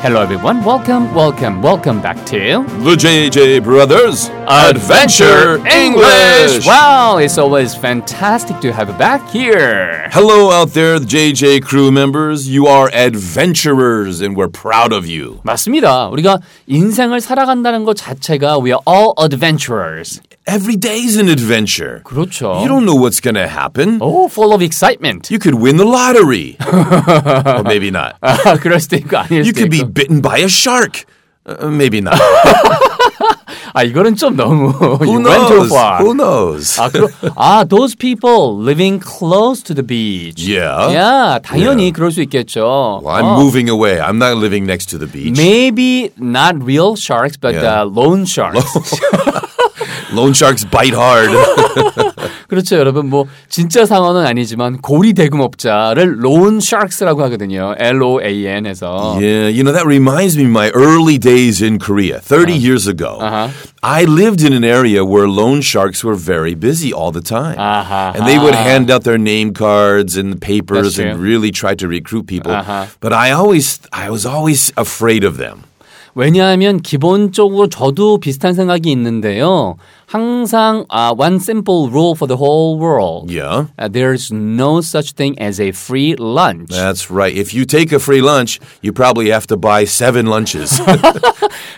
Hello everyone, welcome, welcome, welcome back to The JJ Brothers Adventure English. Wow, it's always fantastic to have you back here. Hello out there, JJ crew members. You are adventurers and we're proud of you. 맞습니다. 우리가 인생을 살아간다는 것 자체가 we are all adventurers. Every day's an adventure. 그렇죠. You don't know what's going to happen. Oh, full of excitement. You could win the lottery. or maybe not. 아, 그럴 수도 있고 아닐 You 수도 could be 있고. bitten by a shark. Uh, maybe not. 아, 이거는 좀 너무 Who you went too knows? far. Uh, Who knows? 아, 그러, 아, those people living close to the beach. Yeah. 야, 당연히 그럴 수 있겠죠. Well, I'm 어. moving away. I'm not living next to the beach. Maybe not real sharks, but Yeah. uh, loan sharks. Lone sharks bite hard. 그렇죠, 여러분. 뭐 진짜 상어는 아니지만 고리 대금업자를 loan sharks라고 하거든요. L O A N 해서. Yeah, you know, that reminds me of my early days in Korea, 30 years ago. Uh-huh. I lived in an area where loan sharks were very busy all the time. Uh-huh. And they would hand out their name cards and That's papers true. and really try to recruit people. Uh-huh. But I always I was always afraid of them. 왜냐하면 기본적으로 저도 비슷한 생각이 있는데요. 항상 아, one simple rule for the whole world. Yeah. Uh, there's no such thing as a free lunch. That's right. If you take a free lunch, you probably have to buy 7 lunches.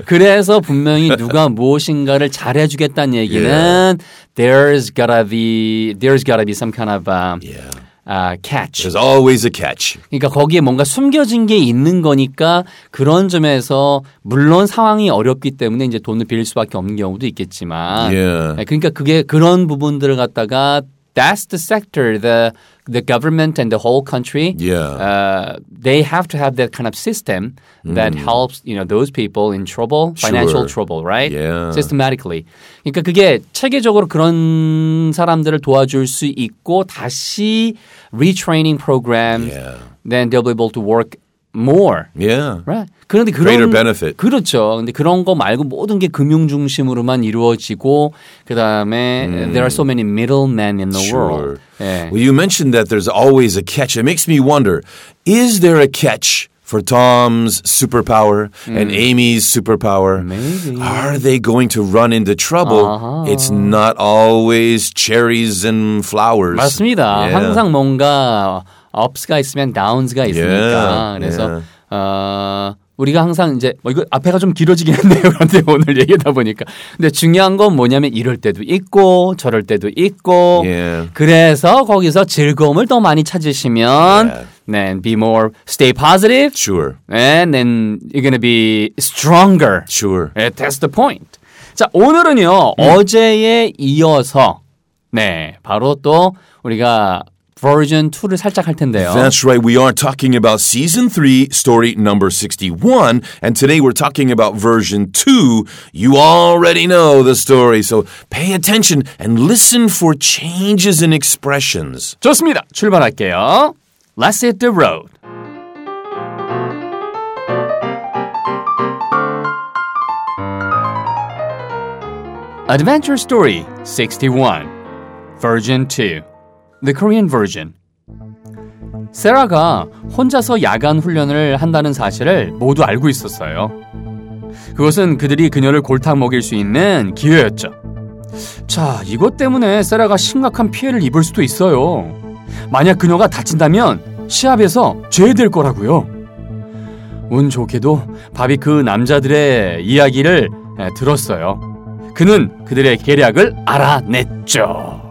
그래서 분명히 누가 무엇인가를 잘해주겠다는 얘기는 there's gotta be there's gotta be some kind of um, yeah. uh, catch. There's always a catch. 그러니까 거기에 뭔가 숨겨진 게 있는 거니까 그런 점에서 물론 상황이 어렵기 때문에 이제 돈을 빌릴 수밖에 없는 경우도 있겠지만 예. 네, 그러니까 그게 그런 부분들을 갖다가 that's the sector the the government and the whole country 예. uh, they have to have that kind of system that helps you know those people in trouble financial 음. Sure. trouble right Yeah. systematically 그러니까 그게 체계적으로 그런 사람들을 도와줄 수 있고 다시 retraining program Yeah. then they'll be able to work more Yeah. right 그런데 그런 Greater benefit. 그렇죠. 근데 그런 거 말고 모든 게 금융 중심으로만 이루어지고 그다음에 there are so many middlemen in the world. 예. Well, you mentioned that there's always a catch. It makes me wonder is there a catch for Tom's superpower and Amy's superpower? Hmm. Maybe. Uh-huh. Are they going to run into trouble? It's not always cherries and flowers. 맞습니다. 예. Yeah. 항상 뭔가 ups가 있으면 downs가 있으니까 Yeah, 그래서 yeah. 어, 우리가 항상 이제 뭐 이거 앞에가 좀 길어지긴 했네요. 그런데 오늘 얘기하다 보니까 근데 중요한 건 뭐냐면 이럴 때도 있고 저럴 때도 있고 Yeah. 그래서 거기서 즐거움을 더 많이 찾으시면 Yeah. then be more stay positive Sure, and then you're gonna be stronger. sure. 네, that's the point. 자, 오늘은요, 어제에 이어서, 네, 바로 또 우리가 version 2를 살짝 할 텐데요. That's right. We are talking about season three, story number 61. And today we're talking about version two. You already know the story. So pay attention and listen for changes in expressions. 좋습니다. 출발할게요. Let's hit the road. Adventure Story 61 Version 2 The Korean Version 세라가 혼자서 야간 훈련을 한다는 사실을 모두 알고 있었어요. 그것은 그들이 그녀를 골탕 먹일 수 있는 기회였죠. 자, 이것 때문에 세라가 심각한 피해를 입을 수도 있어요. 만약 그녀가 다친다면 시합에서 제외될 거라고요. 운 좋게도 밥이 그 남자들의 이야기를 에, 들었어요. 그는 그들의 계략을 알아냈죠.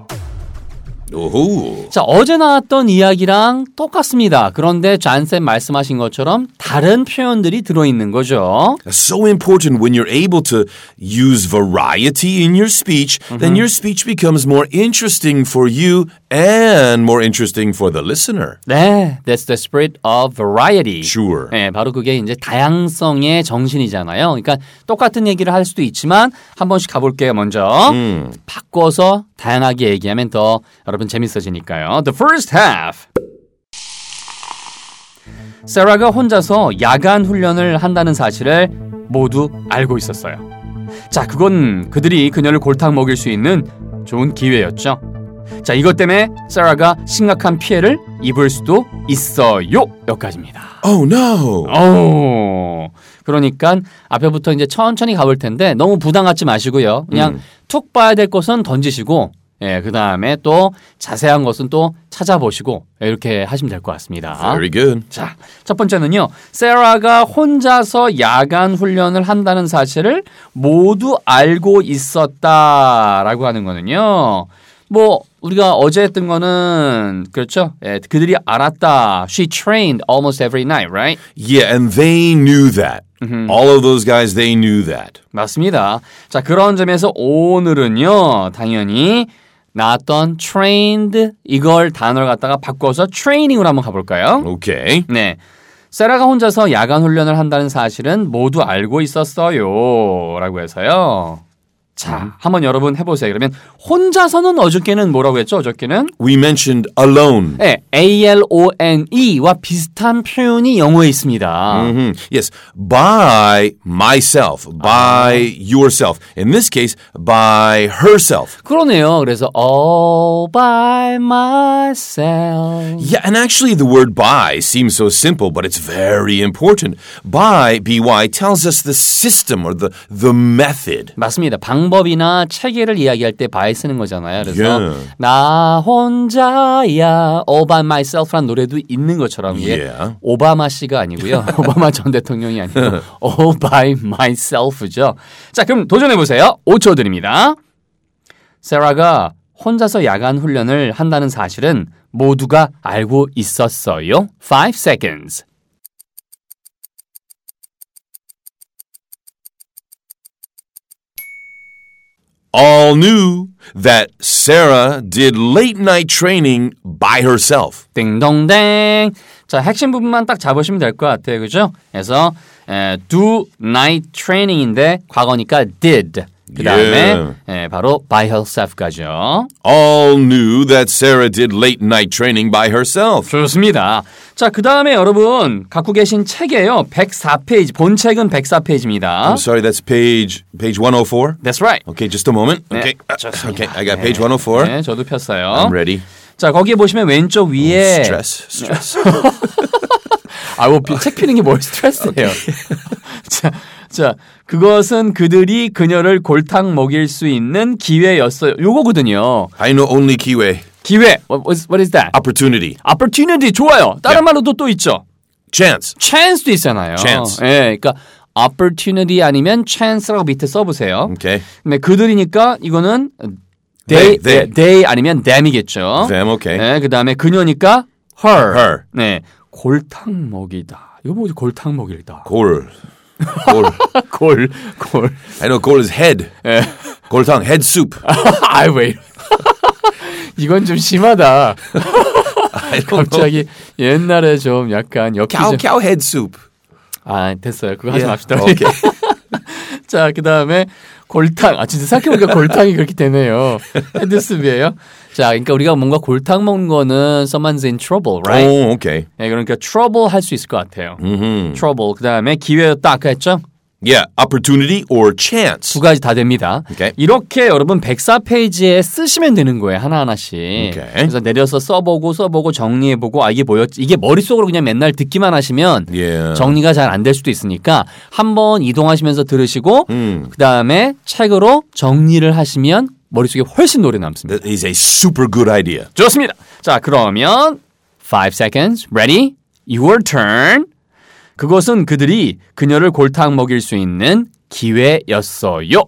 Oh, 자, 어제 나왔던 이야기랑 똑같습니다. 그런데 잔쌤 말씀하신 것처럼 다른 표현들이 들어있는 거죠. that's so important when you're able to use variety in your speech, then your speech becomes more interesting for you and more interesting for the listener. 네, that's the spirit of variety. Sure. 네, 바로 그게 이제 다양성의 정신이잖아요. 그러니까 똑같은 얘기를 할 수도 있지만 한 번씩 가볼게요. 먼저 바꿔서 다양하게 얘기하면 더 여러분 재밌어지니까요. The first half. 세라가 혼자서 야간 훈련을 한다는 사실을 모두 알고 있었어요. 자, 그건 그들이 그녀를 골탕 먹일 수 있는 좋은 기회였죠. 자, 이것 때문에 세라가 심각한 피해를 입을 수도 있어요. 여기까지입니다. Oh no! 어. 그러니까 앞에부터 이제 천천히 가볼 텐데 너무 부담갖지 마시고요. 그냥 툭 봐야 될 것은 던지시고 예, 그 다음에 또 자세한 것은 또 찾아보시고 예, 이렇게 하시면 될 것 같습니다. Very good. 자, 첫 번째는요. 세라가 혼자서 야간 훈련을 한다는 사실을 모두 알고 있었다라고 하는 거는요. 뭐 우리가 어제 했던 거는 그렇죠. 예, 그들이 알았다. She trained almost every night, right? Yeah, and they knew that. All of those guys, they knew that. 맞습니다. 자, 그런 점에서 오늘은요. 당연히 나왔던 trained 이걸 단어를 갖다가 바꿔서 training으로 한번 가볼까요? Okay. 네. 세라가 혼자서 야간 훈련을 한다는 사실은 모두 알고 있었어요. 라고 해서요. 자, 한번 여러분 해보세요. 그러면 혼자서는 어저께는 뭐라고 했죠? 어저께는? We mentioned alone. 네, A-L-O-N-E와 비슷한 표현이 영어에 있습니다. hmm Yes, by myself, by yourself. In this case, by herself. 그러네요. 그래서 all by myself. Yeah, and actually, the word by seems so simple, but it's very important. By, by, tells us the system or the, the method. 맞습니다. 방법이나 체계를 이야기할 때 by 쓰는 거잖아요. 그래서 Yeah. 나 혼자야 all by myself란 노래도 있는 것처럼 이게 Yeah. 오바마 씨가 아니고요. 오바마 전 대통령이 아니고 all by myself죠. 자, 그럼 도전해 보세요. 5초 드립니다. 세라가 혼자서 야간 훈련을 한다는 사실은 모두가 알고 있었어요. 5 seconds. All knew that Sarah did late night training by herself. 띵동댕. 자, 핵심 부분만 딱 잡으시면 될 것 같아요. 그죠? 그래서 에, do night training인데 과거니까 did. 그 다음에 예, Yeah. 바로 by herself까지요. All knew that Sarah did late night training by herself. 좋습니다. 자, 그 다음에 여러분 갖고 계신 책이에요. 104페이지. 본 책은 104페이지입니다. I'm sorry, that's page page 104. That's right. Okay, just a moment. 네, Okay, uh, 좋습니다. okay, I got page 104. 네, 저도 I'm 폈어요. ready. Oh, 자, 거기에 보시면 왼쪽 위에 Stress, stress. 아, 뭐, 피- 책 피는 게 뭘 스트레스예요. 자, 자, 그것은 그들이 그녀를 골탕 먹일 수 있는 기회였어요. 요거거든요. I know only keyway 기회. What is, what is that? opportunity, 아, Opportunity 좋아요. 다른 야. 말로도 또 있죠. chance. Chance도 있잖아요. Chance. 예, 그러니까 opportunity 아니면 chance라고 밑에 써보세요. Okay, 근데 그들이니까 이거는 they, They, they, they. 아니면 them이겠죠. them. Okay, 네, 그 다음에 그녀니까 her. Her. 네, 골탕 먹이다. 이거 뭐지? 골탕 먹일다. goal, goal. 골, 골. 예. I know goal is head. Goltang head soup. 아이, 왜. 이래. 이건 좀 심하다. I don't know. 갑자기 옛날에 좀 약간 옆이 Cow 좀. cow head soup. 아, 됐어요. 그거 하지 Yeah, 맙시다. 우리. Okay. 자, 그 다음에 골탕. 아, 진짜 생각해보니까 골탕이 그렇게 되네요. 헤드스비예요 자, 그러니까 우리가 뭔가 골탕 먹는 거는 someone's in trouble, right? Oh, okay. 네, 그러니까 trouble 할 수 있을 것 같아요. trouble. 그 다음에 기회였다. 아까 했죠? Yeah, opportunity or chance. 두 가지 다 됩니다. 오케이. 이렇게 여러분 104페이지에 쓰시면 되는 거예요. 하나하나씩. 그래서 내려서 써보고 써보고 정리해보고 아 이게 뭐였지? 이게 머릿속으로 그냥 맨날 듣기만 하시면 Yeah. 정리가 잘 안 될 수도 있으니까 한번 이동하시면서 들으시고 그다음에 책으로 정리를 하시면 머릿속에 훨씬 노래 남습니다. That is a super good idea. 좋습니다. 자, 그러면 5 seconds. Ready? Your turn. 그것은 그들이 그녀를 골탕 먹일 수 있는 기회였어요.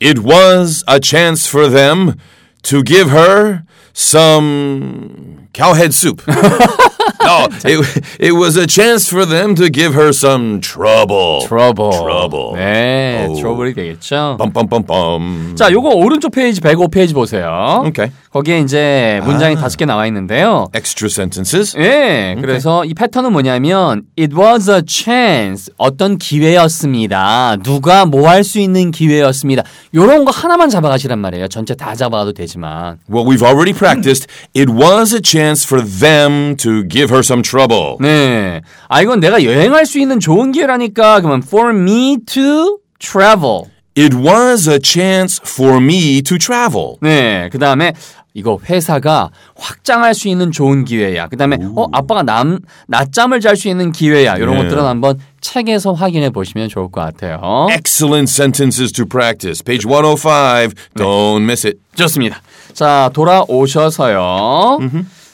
It was a chance for them to give her some cow head soup. no, it, it was a chance for them to give her some trouble. 트러블. Trouble. 네, 오. 트러블이 되겠죠. Bum bum bum bum. 자, 요거 오른쪽 페이지 105페이지 아. 보세요. Okay. 거기에 이제 문장이 다섯 개 나와 있는데요. Extra sentences. 예, 그래서 이 패턴은 뭐냐면 it was a chance 어떤 기회였습니다. 누가 뭐 할 수 있는 기회였습니다. 요런 거 하나만 잡아가시란 말이에요. 전체 다 잡아가도 되지만. Well, we've already practiced. It was a chance for them to give her some trouble. 네, 아 이건 내가 여행할 수 있는 좋은 기회라니까 그러면 for me to travel. It was a chance for me to travel. 네, 그 다음에 이거 회사가 확장할 수 있는 좋은 기회야. 그다음에 어 아빠가 남 낮잠을 잘 수 있는 기회야. 이런 네. 것들은 한번 책에서 확인해 보시면 좋을 것 같아요. 네. Excellent sentences to practice. Page 105. Don't miss it. 좋습니다. 자, 돌아오셔서요.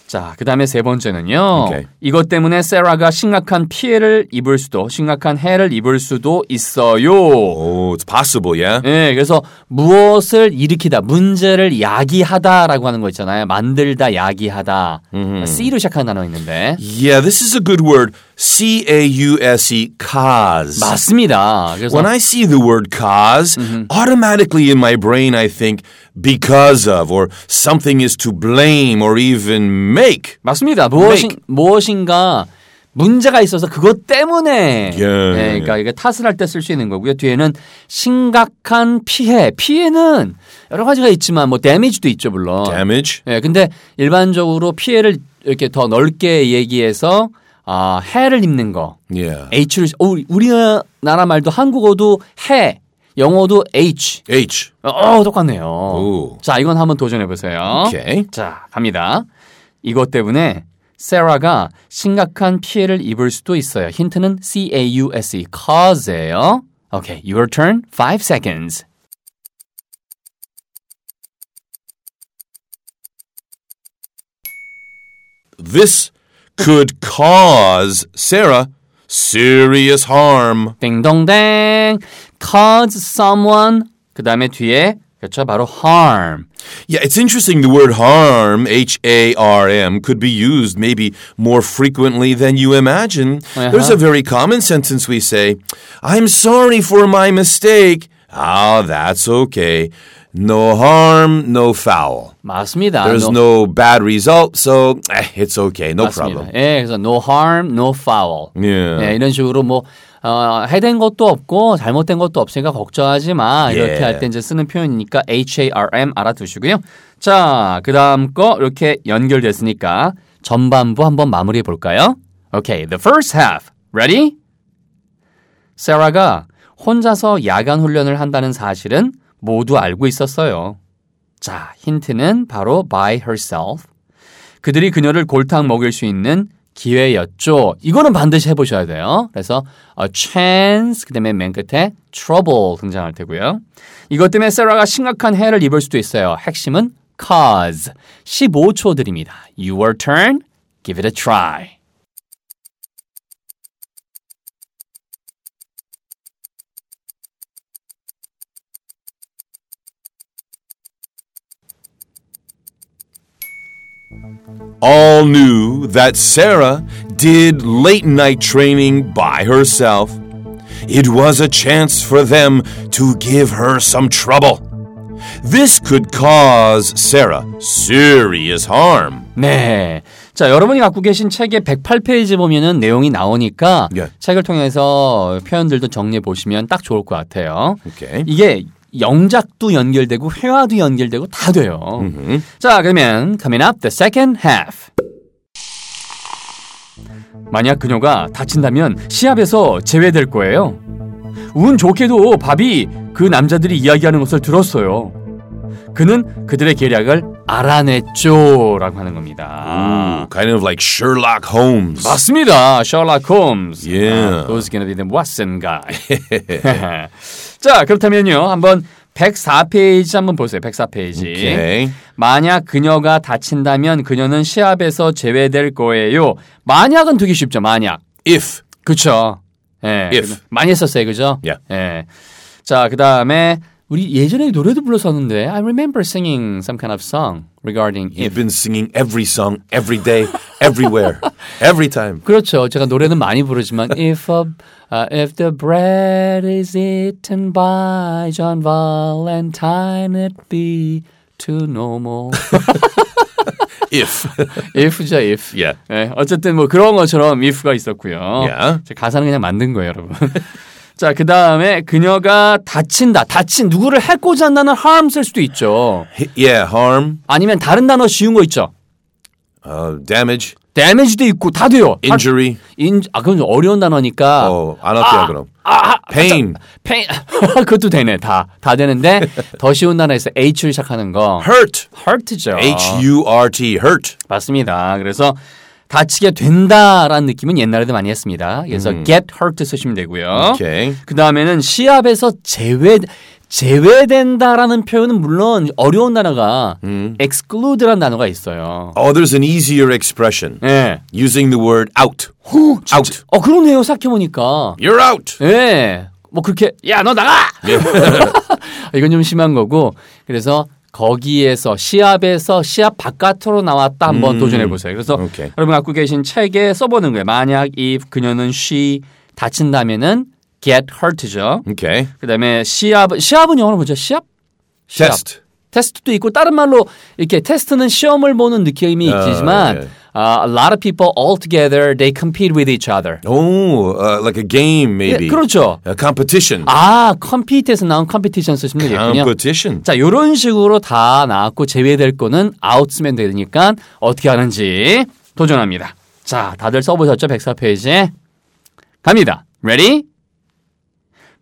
자, 그 다음에 세 번째는요. 오케이. 이것 때문에 세라가 심각한 피해를 입을 수도, 심각한 해를 입을 수도 있어요. Oh, it's possible, yeah? 네, 그래서 무엇을 일으키다, 문제를 야기하다라고 하는 거 있잖아요. 만들다, 야기하다. C로 시작하는 단어 있는데. Yeah, this is a good word. C A U S E, cause. 맞습니다. 그래서 When I see the word because automatically in my brain I think because of, or something is to blame, or even make. 맞습니다. 무엇인, Make. 무엇인가 문제가 있어서 그것 때문에 예. 네, 그러니까 이게 탓을 할 때 쓸 수 있는 거고요. 뒤에는 심각한 피해. 피해는 여러 가지가 있지만 뭐 데미지도 있죠, 물론. Damage. 예, 근데 일반적으로 피해를 이렇게 더 넓게 얘기해서 아, 해를 입는 거. Yeah. H를 어, 우리- 우리나라 말도 한국어도 해, 영어도 H. H. 어, 똑같네요. 오. 자, 이건 한번 도전해 보세요. Okay. 자, 갑니다. 이것 때문에 세라가 심각한 피해를 입을 수도 있어요. 힌트는 C A U S E cause예요. Okay, your turn. 5 seconds. This could cause Sarah serious harm. 띵동댕. cause someone 그다음에 뒤에 그렇죠. 바로 harm. Yeah, it's interesting the word harm, H A R M, could be used maybe more frequently than you imagine. There's a very common sentence we say, I'm sorry for my mistake. Ah, that's okay. No harm, no foul. 맞습니다. There's No- no bad result, so eh, it's okay, no 맞습니다. problem. 예, 그래서 no harm, no foul. Yeah. 예, 이런 식으로 뭐 어, 해된 것도 없고 잘못된 것도 없으니까 걱정하지 마. 이렇게 예. 할 때 이제 쓰는 표현이니까 HARM 알아두시고요. 자, 그다음 거 이렇게 연결됐으니까 전반부 한번 마무리해 볼까요? Okay, the first half. Ready? 세라가 혼자서 야간 훈련을 한다는 사실은 모두 알고 있었어요. 자, 힌트는 바로 by herself. 그들이 그녀를 골탕 먹일 수 있는 기회였죠. 이거는 반드시 해보셔야 돼요. 그래서 a chance, 그 다음에 맨 끝에 trouble 등장할 테고요. 이것 때문에 세라가 심각한 해를 입을 수도 있어요. 핵심은 cause. 15초 드립니다. Your turn. Give it a try. All knew that Sarah did late night training by herself. It was a chance for them to give her some trouble. This could cause Sarah serious harm. 네. 자, 여러분이 갖고 계신 책의 108페이지 보면은 내용이 나오니까 예. 책을 통해서 표현들도 정리해 보시면 딱 좋을 것 같아요. Okay. 이게 영작도 연결되고 회화도 연결되고 다 돼요. 자, 그러면 coming up the second half. 만약 그녀가 다친다면 시합에서 제외될 거예요. 운 좋게도 밥이 그 남자들이 이야기하는 것을 들었어요. 그는 그들의 계략을 알아냈죠라고 하는 겁니다. Ooh, kind of like Sherlock Holmes. 맞습니다. 셜록 홈즈. 예. 아, Those gonna be the Watson guy. 자, 그렇다면요. 한번 104페이지 한번 보세요. 104페이지. Okay. 만약 그녀가 다친다면 그녀는 시합에서 제외될 거예요. 만약은 되기 쉽죠. 만약. If 그쵸. 예. If. 많이 했었어요. 그죠? Yeah. 예. 자, 그 다음에 우리 예전에 노래도 불렀었는데 I remember singing some kind of song regarding if. you've been singing every song, every day, everywhere, every time. 그렇죠. 제가 노래는 많이 부르지만 if a, 아, if the bread is eaten by John Valentine it be to no more. If. if죠, if. Yeah. 예, 어쨌든 뭐 그런 것처럼 if가 있었고요. Yeah. 제 가사는 그냥 만든 거예요, 여러분. 자, 그 다음에 그녀가 다친다. 다친 누구를 해코지 한다는 harm 쓸 수도 있죠. yeah, harm, 아니면 다른 단어 쉬운 거 있죠. uh, damage. damage도 있고 다 돼요. 다- Injury. Oh, 인, 아 그건 좀 어려운 단어니까. 어, 안 할게요, 그럼. 아, 아, Pain. 페인 그것도 되네 다 다 되는데 더 쉬운 단어에서 H를 시작하는 거 Hurt. hurt죠. H U R T. Hurt. 맞습니다. 그래서 다치게 된다라는 느낌은 옛날에도 많이 했습니다. 그래서 get hurt 쓰시면 되고요. 음. 오케이. 그 다음에는 시합에서 제외 제외된다라는 표현은 물론 어려운 단어가 음. exclude라는 단어가 있어요. Oh, there's an easier expression 예. using the word out. 네. out. 어 그러네요. 생각해 보니까. You're out. 예. 뭐 그렇게 야 너 나가. 예. 이건 좀 심한 거고. 그래서 거기에서 시합에서 시합 바깥으로 나왔다 한번 도전해 보세요. 그래서 음. 오케이. 여러분 갖고 계신 책에 써보는 거예요. 만약 if 그녀는 she 다친다면은 get hurt죠. Okay. 그다음에 시합 시합은 영어로 뭐죠? 시합? 시합. Test. 테스트도 있고 다른 말로 이렇게 테스트는 시험을 보는 느낌이 아, 있지만 예. 아, a lot of people all together they compete with each other. Oh, uh, like a game, 예, maybe. 그렇죠. A competition. 아, 컴피트에서 나온 컴피티션 쓰시면 되겠군요. Competition. 자, 요런 식으로 다 나왔고 제외될 거는 아웃스면 되니까 어떻게 하는지 도전합니다. 자, 다들 써보셨죠? 104페이지에. 갑니다. Ready?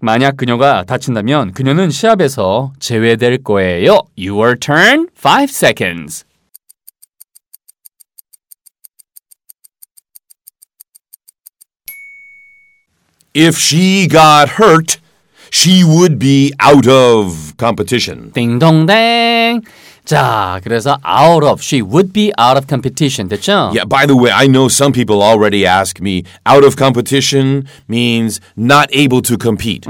만약 그녀가 다친다면 그녀는 시합에서 제외될 거예요. Your turn, 5 seconds. If she got hurt, she would be out of competition. 띵동댕. 자, 그래서 out of, she would be out of competition. 됐죠? Yeah, by the way, I know some people already ask me out of competition means not able to compete.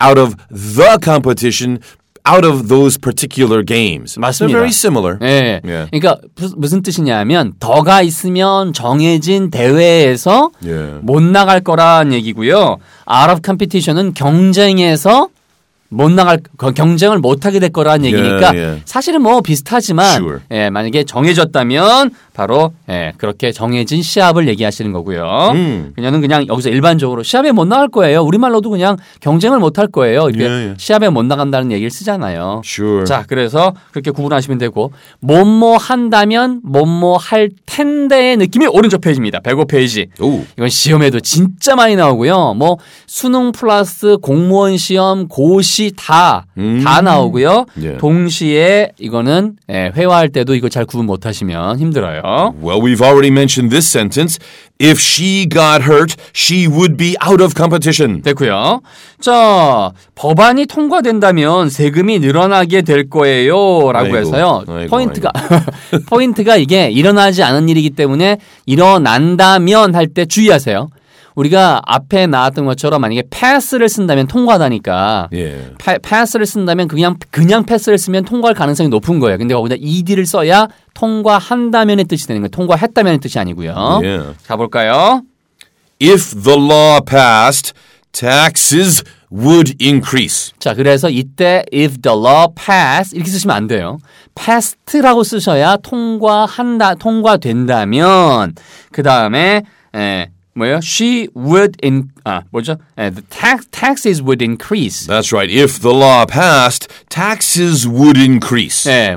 Out of the competition, out of those particular games. They're 맞습니다. very similar. 예. 예. 그러니까 무슨- 무슨 뜻이냐면 더가 있으면 정해진 대회에서 예. 못 나갈 거란 얘기고요. out of competition은 경쟁에서 못 나갈 거- 경쟁을 못 하게 될 거란 얘기니까 예. 사실은 뭐 비슷하지만 Sure. 예, 만약에 정해졌다면 바로 예, 그렇게 정해진 시합을 얘기하시는 거고요. 음. 그녀는 그냥 여기서 일반적으로 시합에 못 나갈 거예요. 우리말로도 그냥 경쟁을 못 할 거예요. 이렇게 예, 예. 시합에 못 나간다는 얘기를 쓰잖아요. Sure. 자, 그래서 그렇게 구분하시면 되고 뭐뭐 한다면 뭐뭐 할 텐데의 느낌이 오른쪽 페이지입니다. 105페이지. Ooh. 이건 시험에도 진짜 많이 나오고요. 뭐 수능 플러스 공무원 시험, 고시 다 다 나오고요. 예. 동시에 이거는 예, 회화할 때도 이거 잘 구분 못 하시면 힘들어요. Well, we've already mentioned this sentence. If she got hurt, she would be out of competition. 됐고요. 자, 법안이 통과된다면 세금이 늘어나게 될 거예요라고 아이고, 해서요. 아이고, 포인트가 포인트가 이게 일어나지 않은 일이기 때문에 일어난다면 할 때 주의하세요. 우리가 앞에 나왔던 것처럼 만약에 패스를 쓴다면 통과하다니까. Yeah. 패- 패스를 쓴다면 그냥 그냥 패스를 쓰면 통과할 가능성이 높은 거예요. 근데 거기다 ed를 써야 통과한다면의 뜻이 되는 거예요. 통과했다면의 뜻이 아니고요. 예. 가볼까요? If the law passed, taxes would increase. 자, 그래서 이때 if the law pass 이렇게 쓰시면 안 돼요. passed라고 쓰셔야 통과한다 통과된다면 그다음에 에 뭐예요? she would in 아, 뭐죠? 에, the tax taxes would increase. That's right. If the law passed, taxes would increase. 예.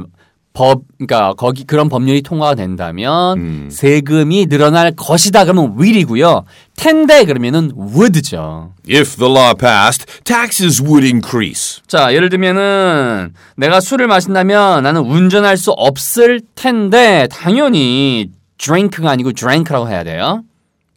법 그러니까 거기 그런 법률이 통과가 된다면 세금이 늘어날 것이다 그러면 will이고요. 텐데 그러면은 would죠. If the law passed, taxes would increase. 자, 예를 들면은 내가 술을 마신다면 나는 운전할 수 없을 텐데 당연히 drink가 아니고 drank라고 해야 돼요.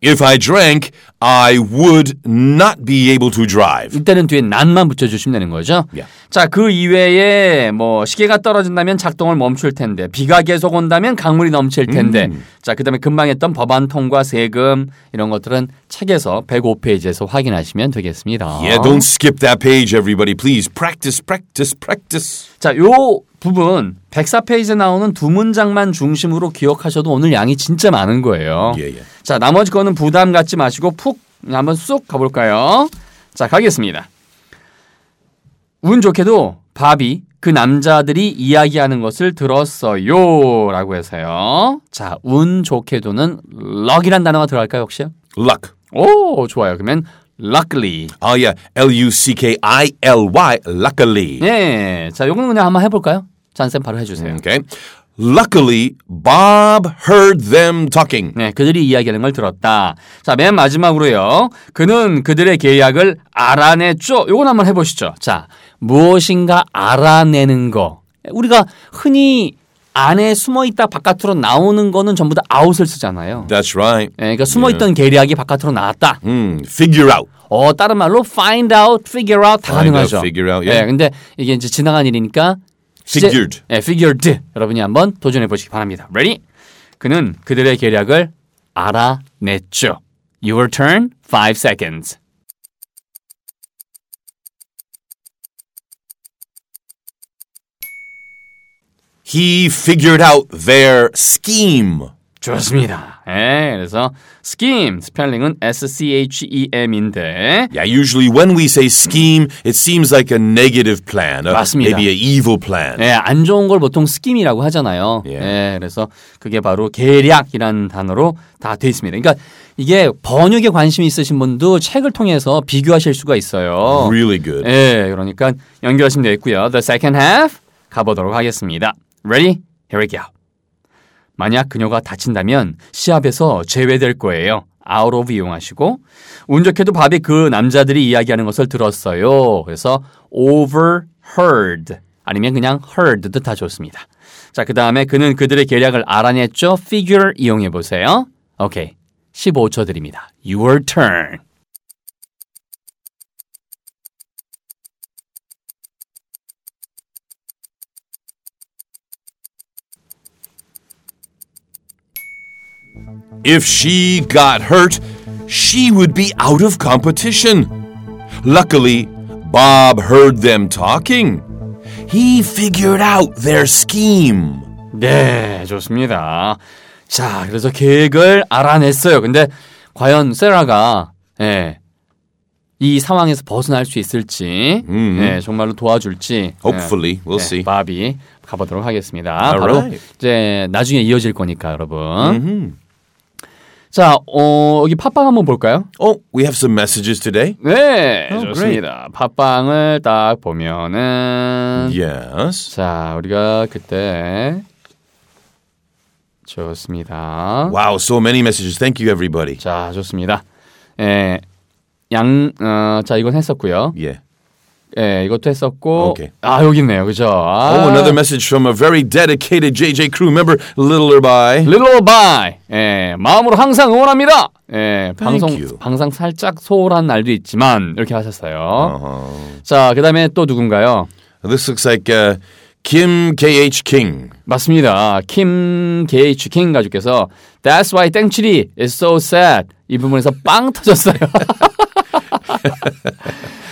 If I drank, I would not be able to drive. 일단은 뒤에 난만 붙여주시면 되는 거죠. Yeah. 자, 그 이외에 뭐 시계가 떨어진다면 작동을 멈출 텐데 비가 계속 온다면 강물이 넘칠 텐데 자, 그다음에 금방 했던 법안 통과 세금 이런 것들은 책에서 105페이지에서 확인하시면 되겠습니다. Yeah, don't skip that page, everybody. Please practice, practice, practice. 자, 요 부분 104페이지에 나오는 두 문장만 중심으로 기억하셔도 오늘 양이 진짜 많은 거예요. 예, 예. 자, 나머지 거는 부담 갖지 마시고 푹 한번 쑥 가볼까요? 자, 가겠습니다. 운 좋게도 밥이 그 남자들이 이야기하는 것을 들었어요. 라고 해서요. 자, 운 좋게도는 luck이란 단어가 들어갈까요, 혹시? Luck. 오, 좋아요. 그러면 luckily. Oh, yeah. L U C K I L Y. Luckily. 예. 자, 요거는 그냥 한번 해볼까요? 잔쌤 바로 해주세요. Okay. Luckily, Bob heard them talking. 네, 그들이 이야기하는 걸 들었다. 자, 맨 마지막으로요. 그는 그들의 계약을 알아냈죠. 요건 한번 해보시죠. 자, 무엇인가 알아내는 거. 우리가 흔히 안에 숨어 있다 바깥으로 나오는 거는 전부 다 아웃을 쓰잖아요. That's right. 예, 그러니까 숨어 있던 계략이 바깥으로 나왔다. Hmm, figure out. 어, 다른 말로 find out, figure out 다 Find out, 가능하죠. figure out, 예. 예, 근데 이게 이제 지나간 일이니까 이제- Figured. 예, figured. 여러분이 한번 도전해 보시기 바랍니다. Ready? 그는 그들의 계략을 알아냈죠. Your turn, 5 seconds. He figured out their scheme. 좋습니다. 예, 그래서 scheme 스펠링은 S C H E M인데 Yeah, usually when we say scheme, it seems like a negative plan, a, 맞습니다. maybe an evil plan. 예, 안 좋은 걸 보통 스킴이라고 하잖아요. 네. 예. 예. 그래서 그게 바로 계략이라는 단어로 다 돼 있습니다. 그러니까 이게 번역에 관심이 있으신 분도 책을 통해서 비교하실 수가 있어요. Really good. 예, 그러니까 연결하시면 되겠고요. The second half 가보도록 하겠습니다. Ready? Here we go. 만약 그녀가 다친다면 시합에서 제외될 거예요. 아웃 오브 이용하시고 운 좋게도 밥이 그 남자들이 이야기하는 것을 들었어요. 그래서 overheard 아니면 그냥 heard도 다 좋습니다. 자, 그 다음에 그는 그들의 계략을 알아냈죠. figure 이용해 보세요. 오케이. 15초 드립니다. Your turn. If she got hurt, she would be out of competition. Luckily, Bob heard them talking. He figured out their scheme. 네, 좋습니다. 자, 그래서 계획을 알아냈어요. 근데 과연 세라가 예, 이 상황에서 벗어날 수 있을지, 예, 정말로 도와줄지. Hopefully, we'll 예, see. 바비 가보도록 하겠습니다. 바로 Alright. 이제 나중에 이어질 거니까 여러분. 자, 어, 여기 팟빵 한번 볼까요? Oh, we have some messages today? 네, Oh, 좋습니다. 팟빵을 딱 보면은 Yes. 자, 우리가 그때 좋습니다. Wow, so many messages. Thank you, everybody. 자, 좋습니다. 예. 양, 어, 자, 이건 했었고요. Yeah. 예, 이것도 했었고. 오케이. 아, 여기 있네요. 그죠? 아, Oh, another message from a very dedicated JJ crew member, Little By. 릴로 바이. 예, 마음으로 항상 응원합니다. 예, 방송, you. 방송 살짝 소홀한 날도 있지만, 이렇게 하셨어요. Uh-huh. 자, 그 다음에 또 누군가요? This looks like uh, Kim KH King. 맞습니다. 킴 게이츠 킹 가족께서 That's why 땡칠이 is so sad. 이 부분에서 빵 터졌어요.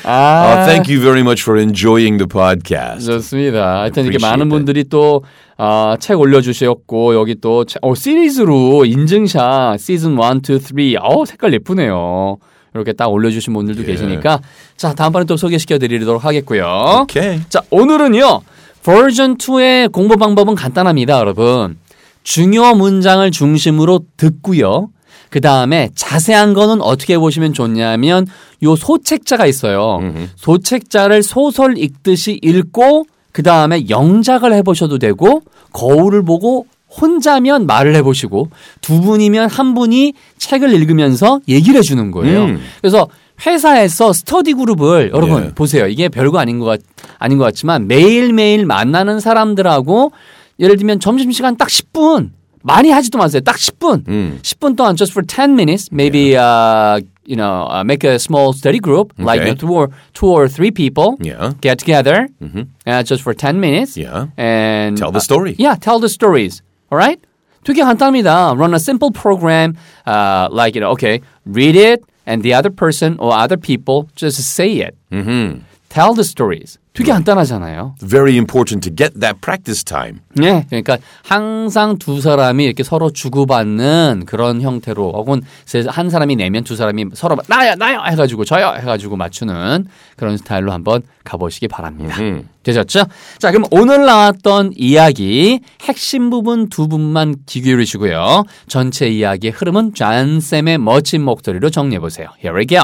아, Uh, thank you very much for enjoying the podcast. 좋습니다. 하여튼 이렇게 Appreciate 많은 that. 분들이 또, 아, 책 올려주셨고, 여기 또, 채- 어, 시리즈로 인증샷, 시즌 1, 2, 3. 어 색깔 예쁘네요. 이렇게 딱 올려주신 분들도 계시니까. 자, 다음번에 또 소개시켜 드리도록 하겠고요. Okay. 자, 오늘은요, 버전 2의 공부 방법은 간단합니다, 여러분. 중요 문장을 중심으로 듣고요. 그 다음에 자세한 거는 어떻게 보시면 좋냐면 요 소책자가 있어요. 소책자를 소설 읽듯이 읽고 그 다음에 영작을 해보셔도 되고 거울을 보고 혼자면 말을 해보시고 두 분이면 한 분이 책을 읽으면서 얘기를 해주는 거예요. 그래서 회사에서 스터디 그룹을 여러분 예. 네. 보세요. 이게 별거 아닌 것, 같, 아닌 것 같지만 매일매일 만나는 사람들하고 예를 들면 점심시간 딱 10분 많이 하지도 마세요. 딱 10분. 10분 동안 just for 10 minutes maybe uh, you know uh, make a small study group like you Okay. know, two or two or three people Yeah. Mm-hmm. get together uh, just for 10 minutes Yeah. and Tell the uh, story. Yeah, tell the stories. All right? 되게 간단합니다. Run a simple program, uh, like, you know, okay, read it, and the other person or other people just say it. Mm-hmm. Tell the stories. 되게 간단하잖아요. Very important to get that practice time. 네. 그러니까 항상 두 사람이 이렇게 서로 주고받는 그런 형태로 혹은 세- 한 사람이 내면 두 사람이 서로 막 나야 나야 해가지고 저요 해가지고 맞추는 그런 스타일로 한번 가보시기 바랍니다. 되셨죠? 자 그럼 오늘 나왔던 이야기 핵심 부분 두 분만 귀 기울이시고요. 전체 이야기의 흐름은 잔 쌤의 멋진 목소리로 정리해 보세요. Here we go.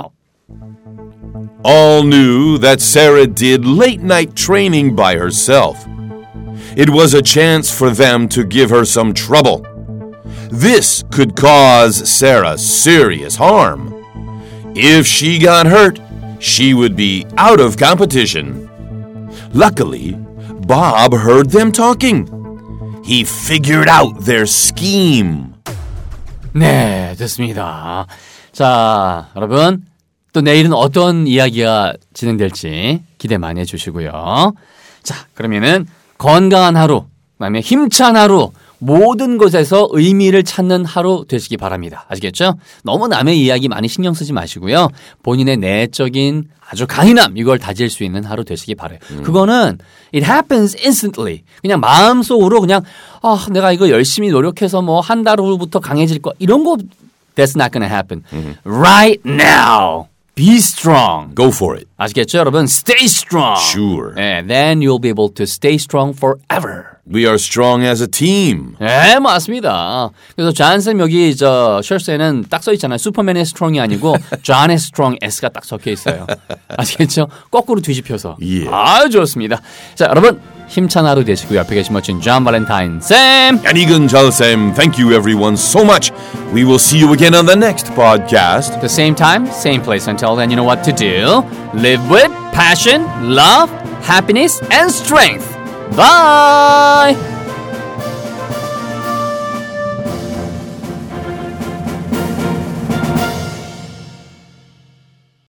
All knew that Sarah did late night training by herself. It was a chance for them to give her some trouble. This could cause Sarah serious harm. If she got hurt, she would be out of competition. Luckily, Bob heard them talking. He figured out their scheme. 네, 됐습니다. 자, 여러분. 또 내일은 어떤 이야기가 진행될지 기대 많이 해주시고요. 자, 그러면은 건강한 하루, 그다음에 힘찬 하루, 모든 것에서 의미를 찾는 하루 되시기 바랍니다. 아시겠죠? 너무 남의 이야기 많이 신경 쓰지 마시고요. 본인의 내적인 아주 강인함 이걸 다질 수 있는 하루 되시기 바래요. 그거는 it happens instantly. 그냥 마음속으로 그냥 아, 내가 이거 열심히 노력해서 뭐 한 달 후부터 강해질 거 이런 거 that's not gonna happen. Right now. Be strong. Go for it. 아시겠죠, 여러분? Stay strong. Sure. And then you'll be able to stay strong forever. We are strong as a team. 예, 맞습니다. 그래서 존슨 여기 저 셜스에는 딱 써 있잖아요. 슈퍼맨의 스트롱이 아니고 존의 스트롱 S가 딱 적혀 있어요. 아시겠죠? 거꾸로 뒤집혀서. 예. 아, 좋습니다. 자, 여러분 힘찬 하루 되시고 옆에 계신 멋진 존 발렌타인 쌤. And Egan Jalsem, thank you everyone so much. We will see you again on the next podcast. The same time, same place. Until then, you know what to do. Live with passion, love, happiness, and strength. Bye!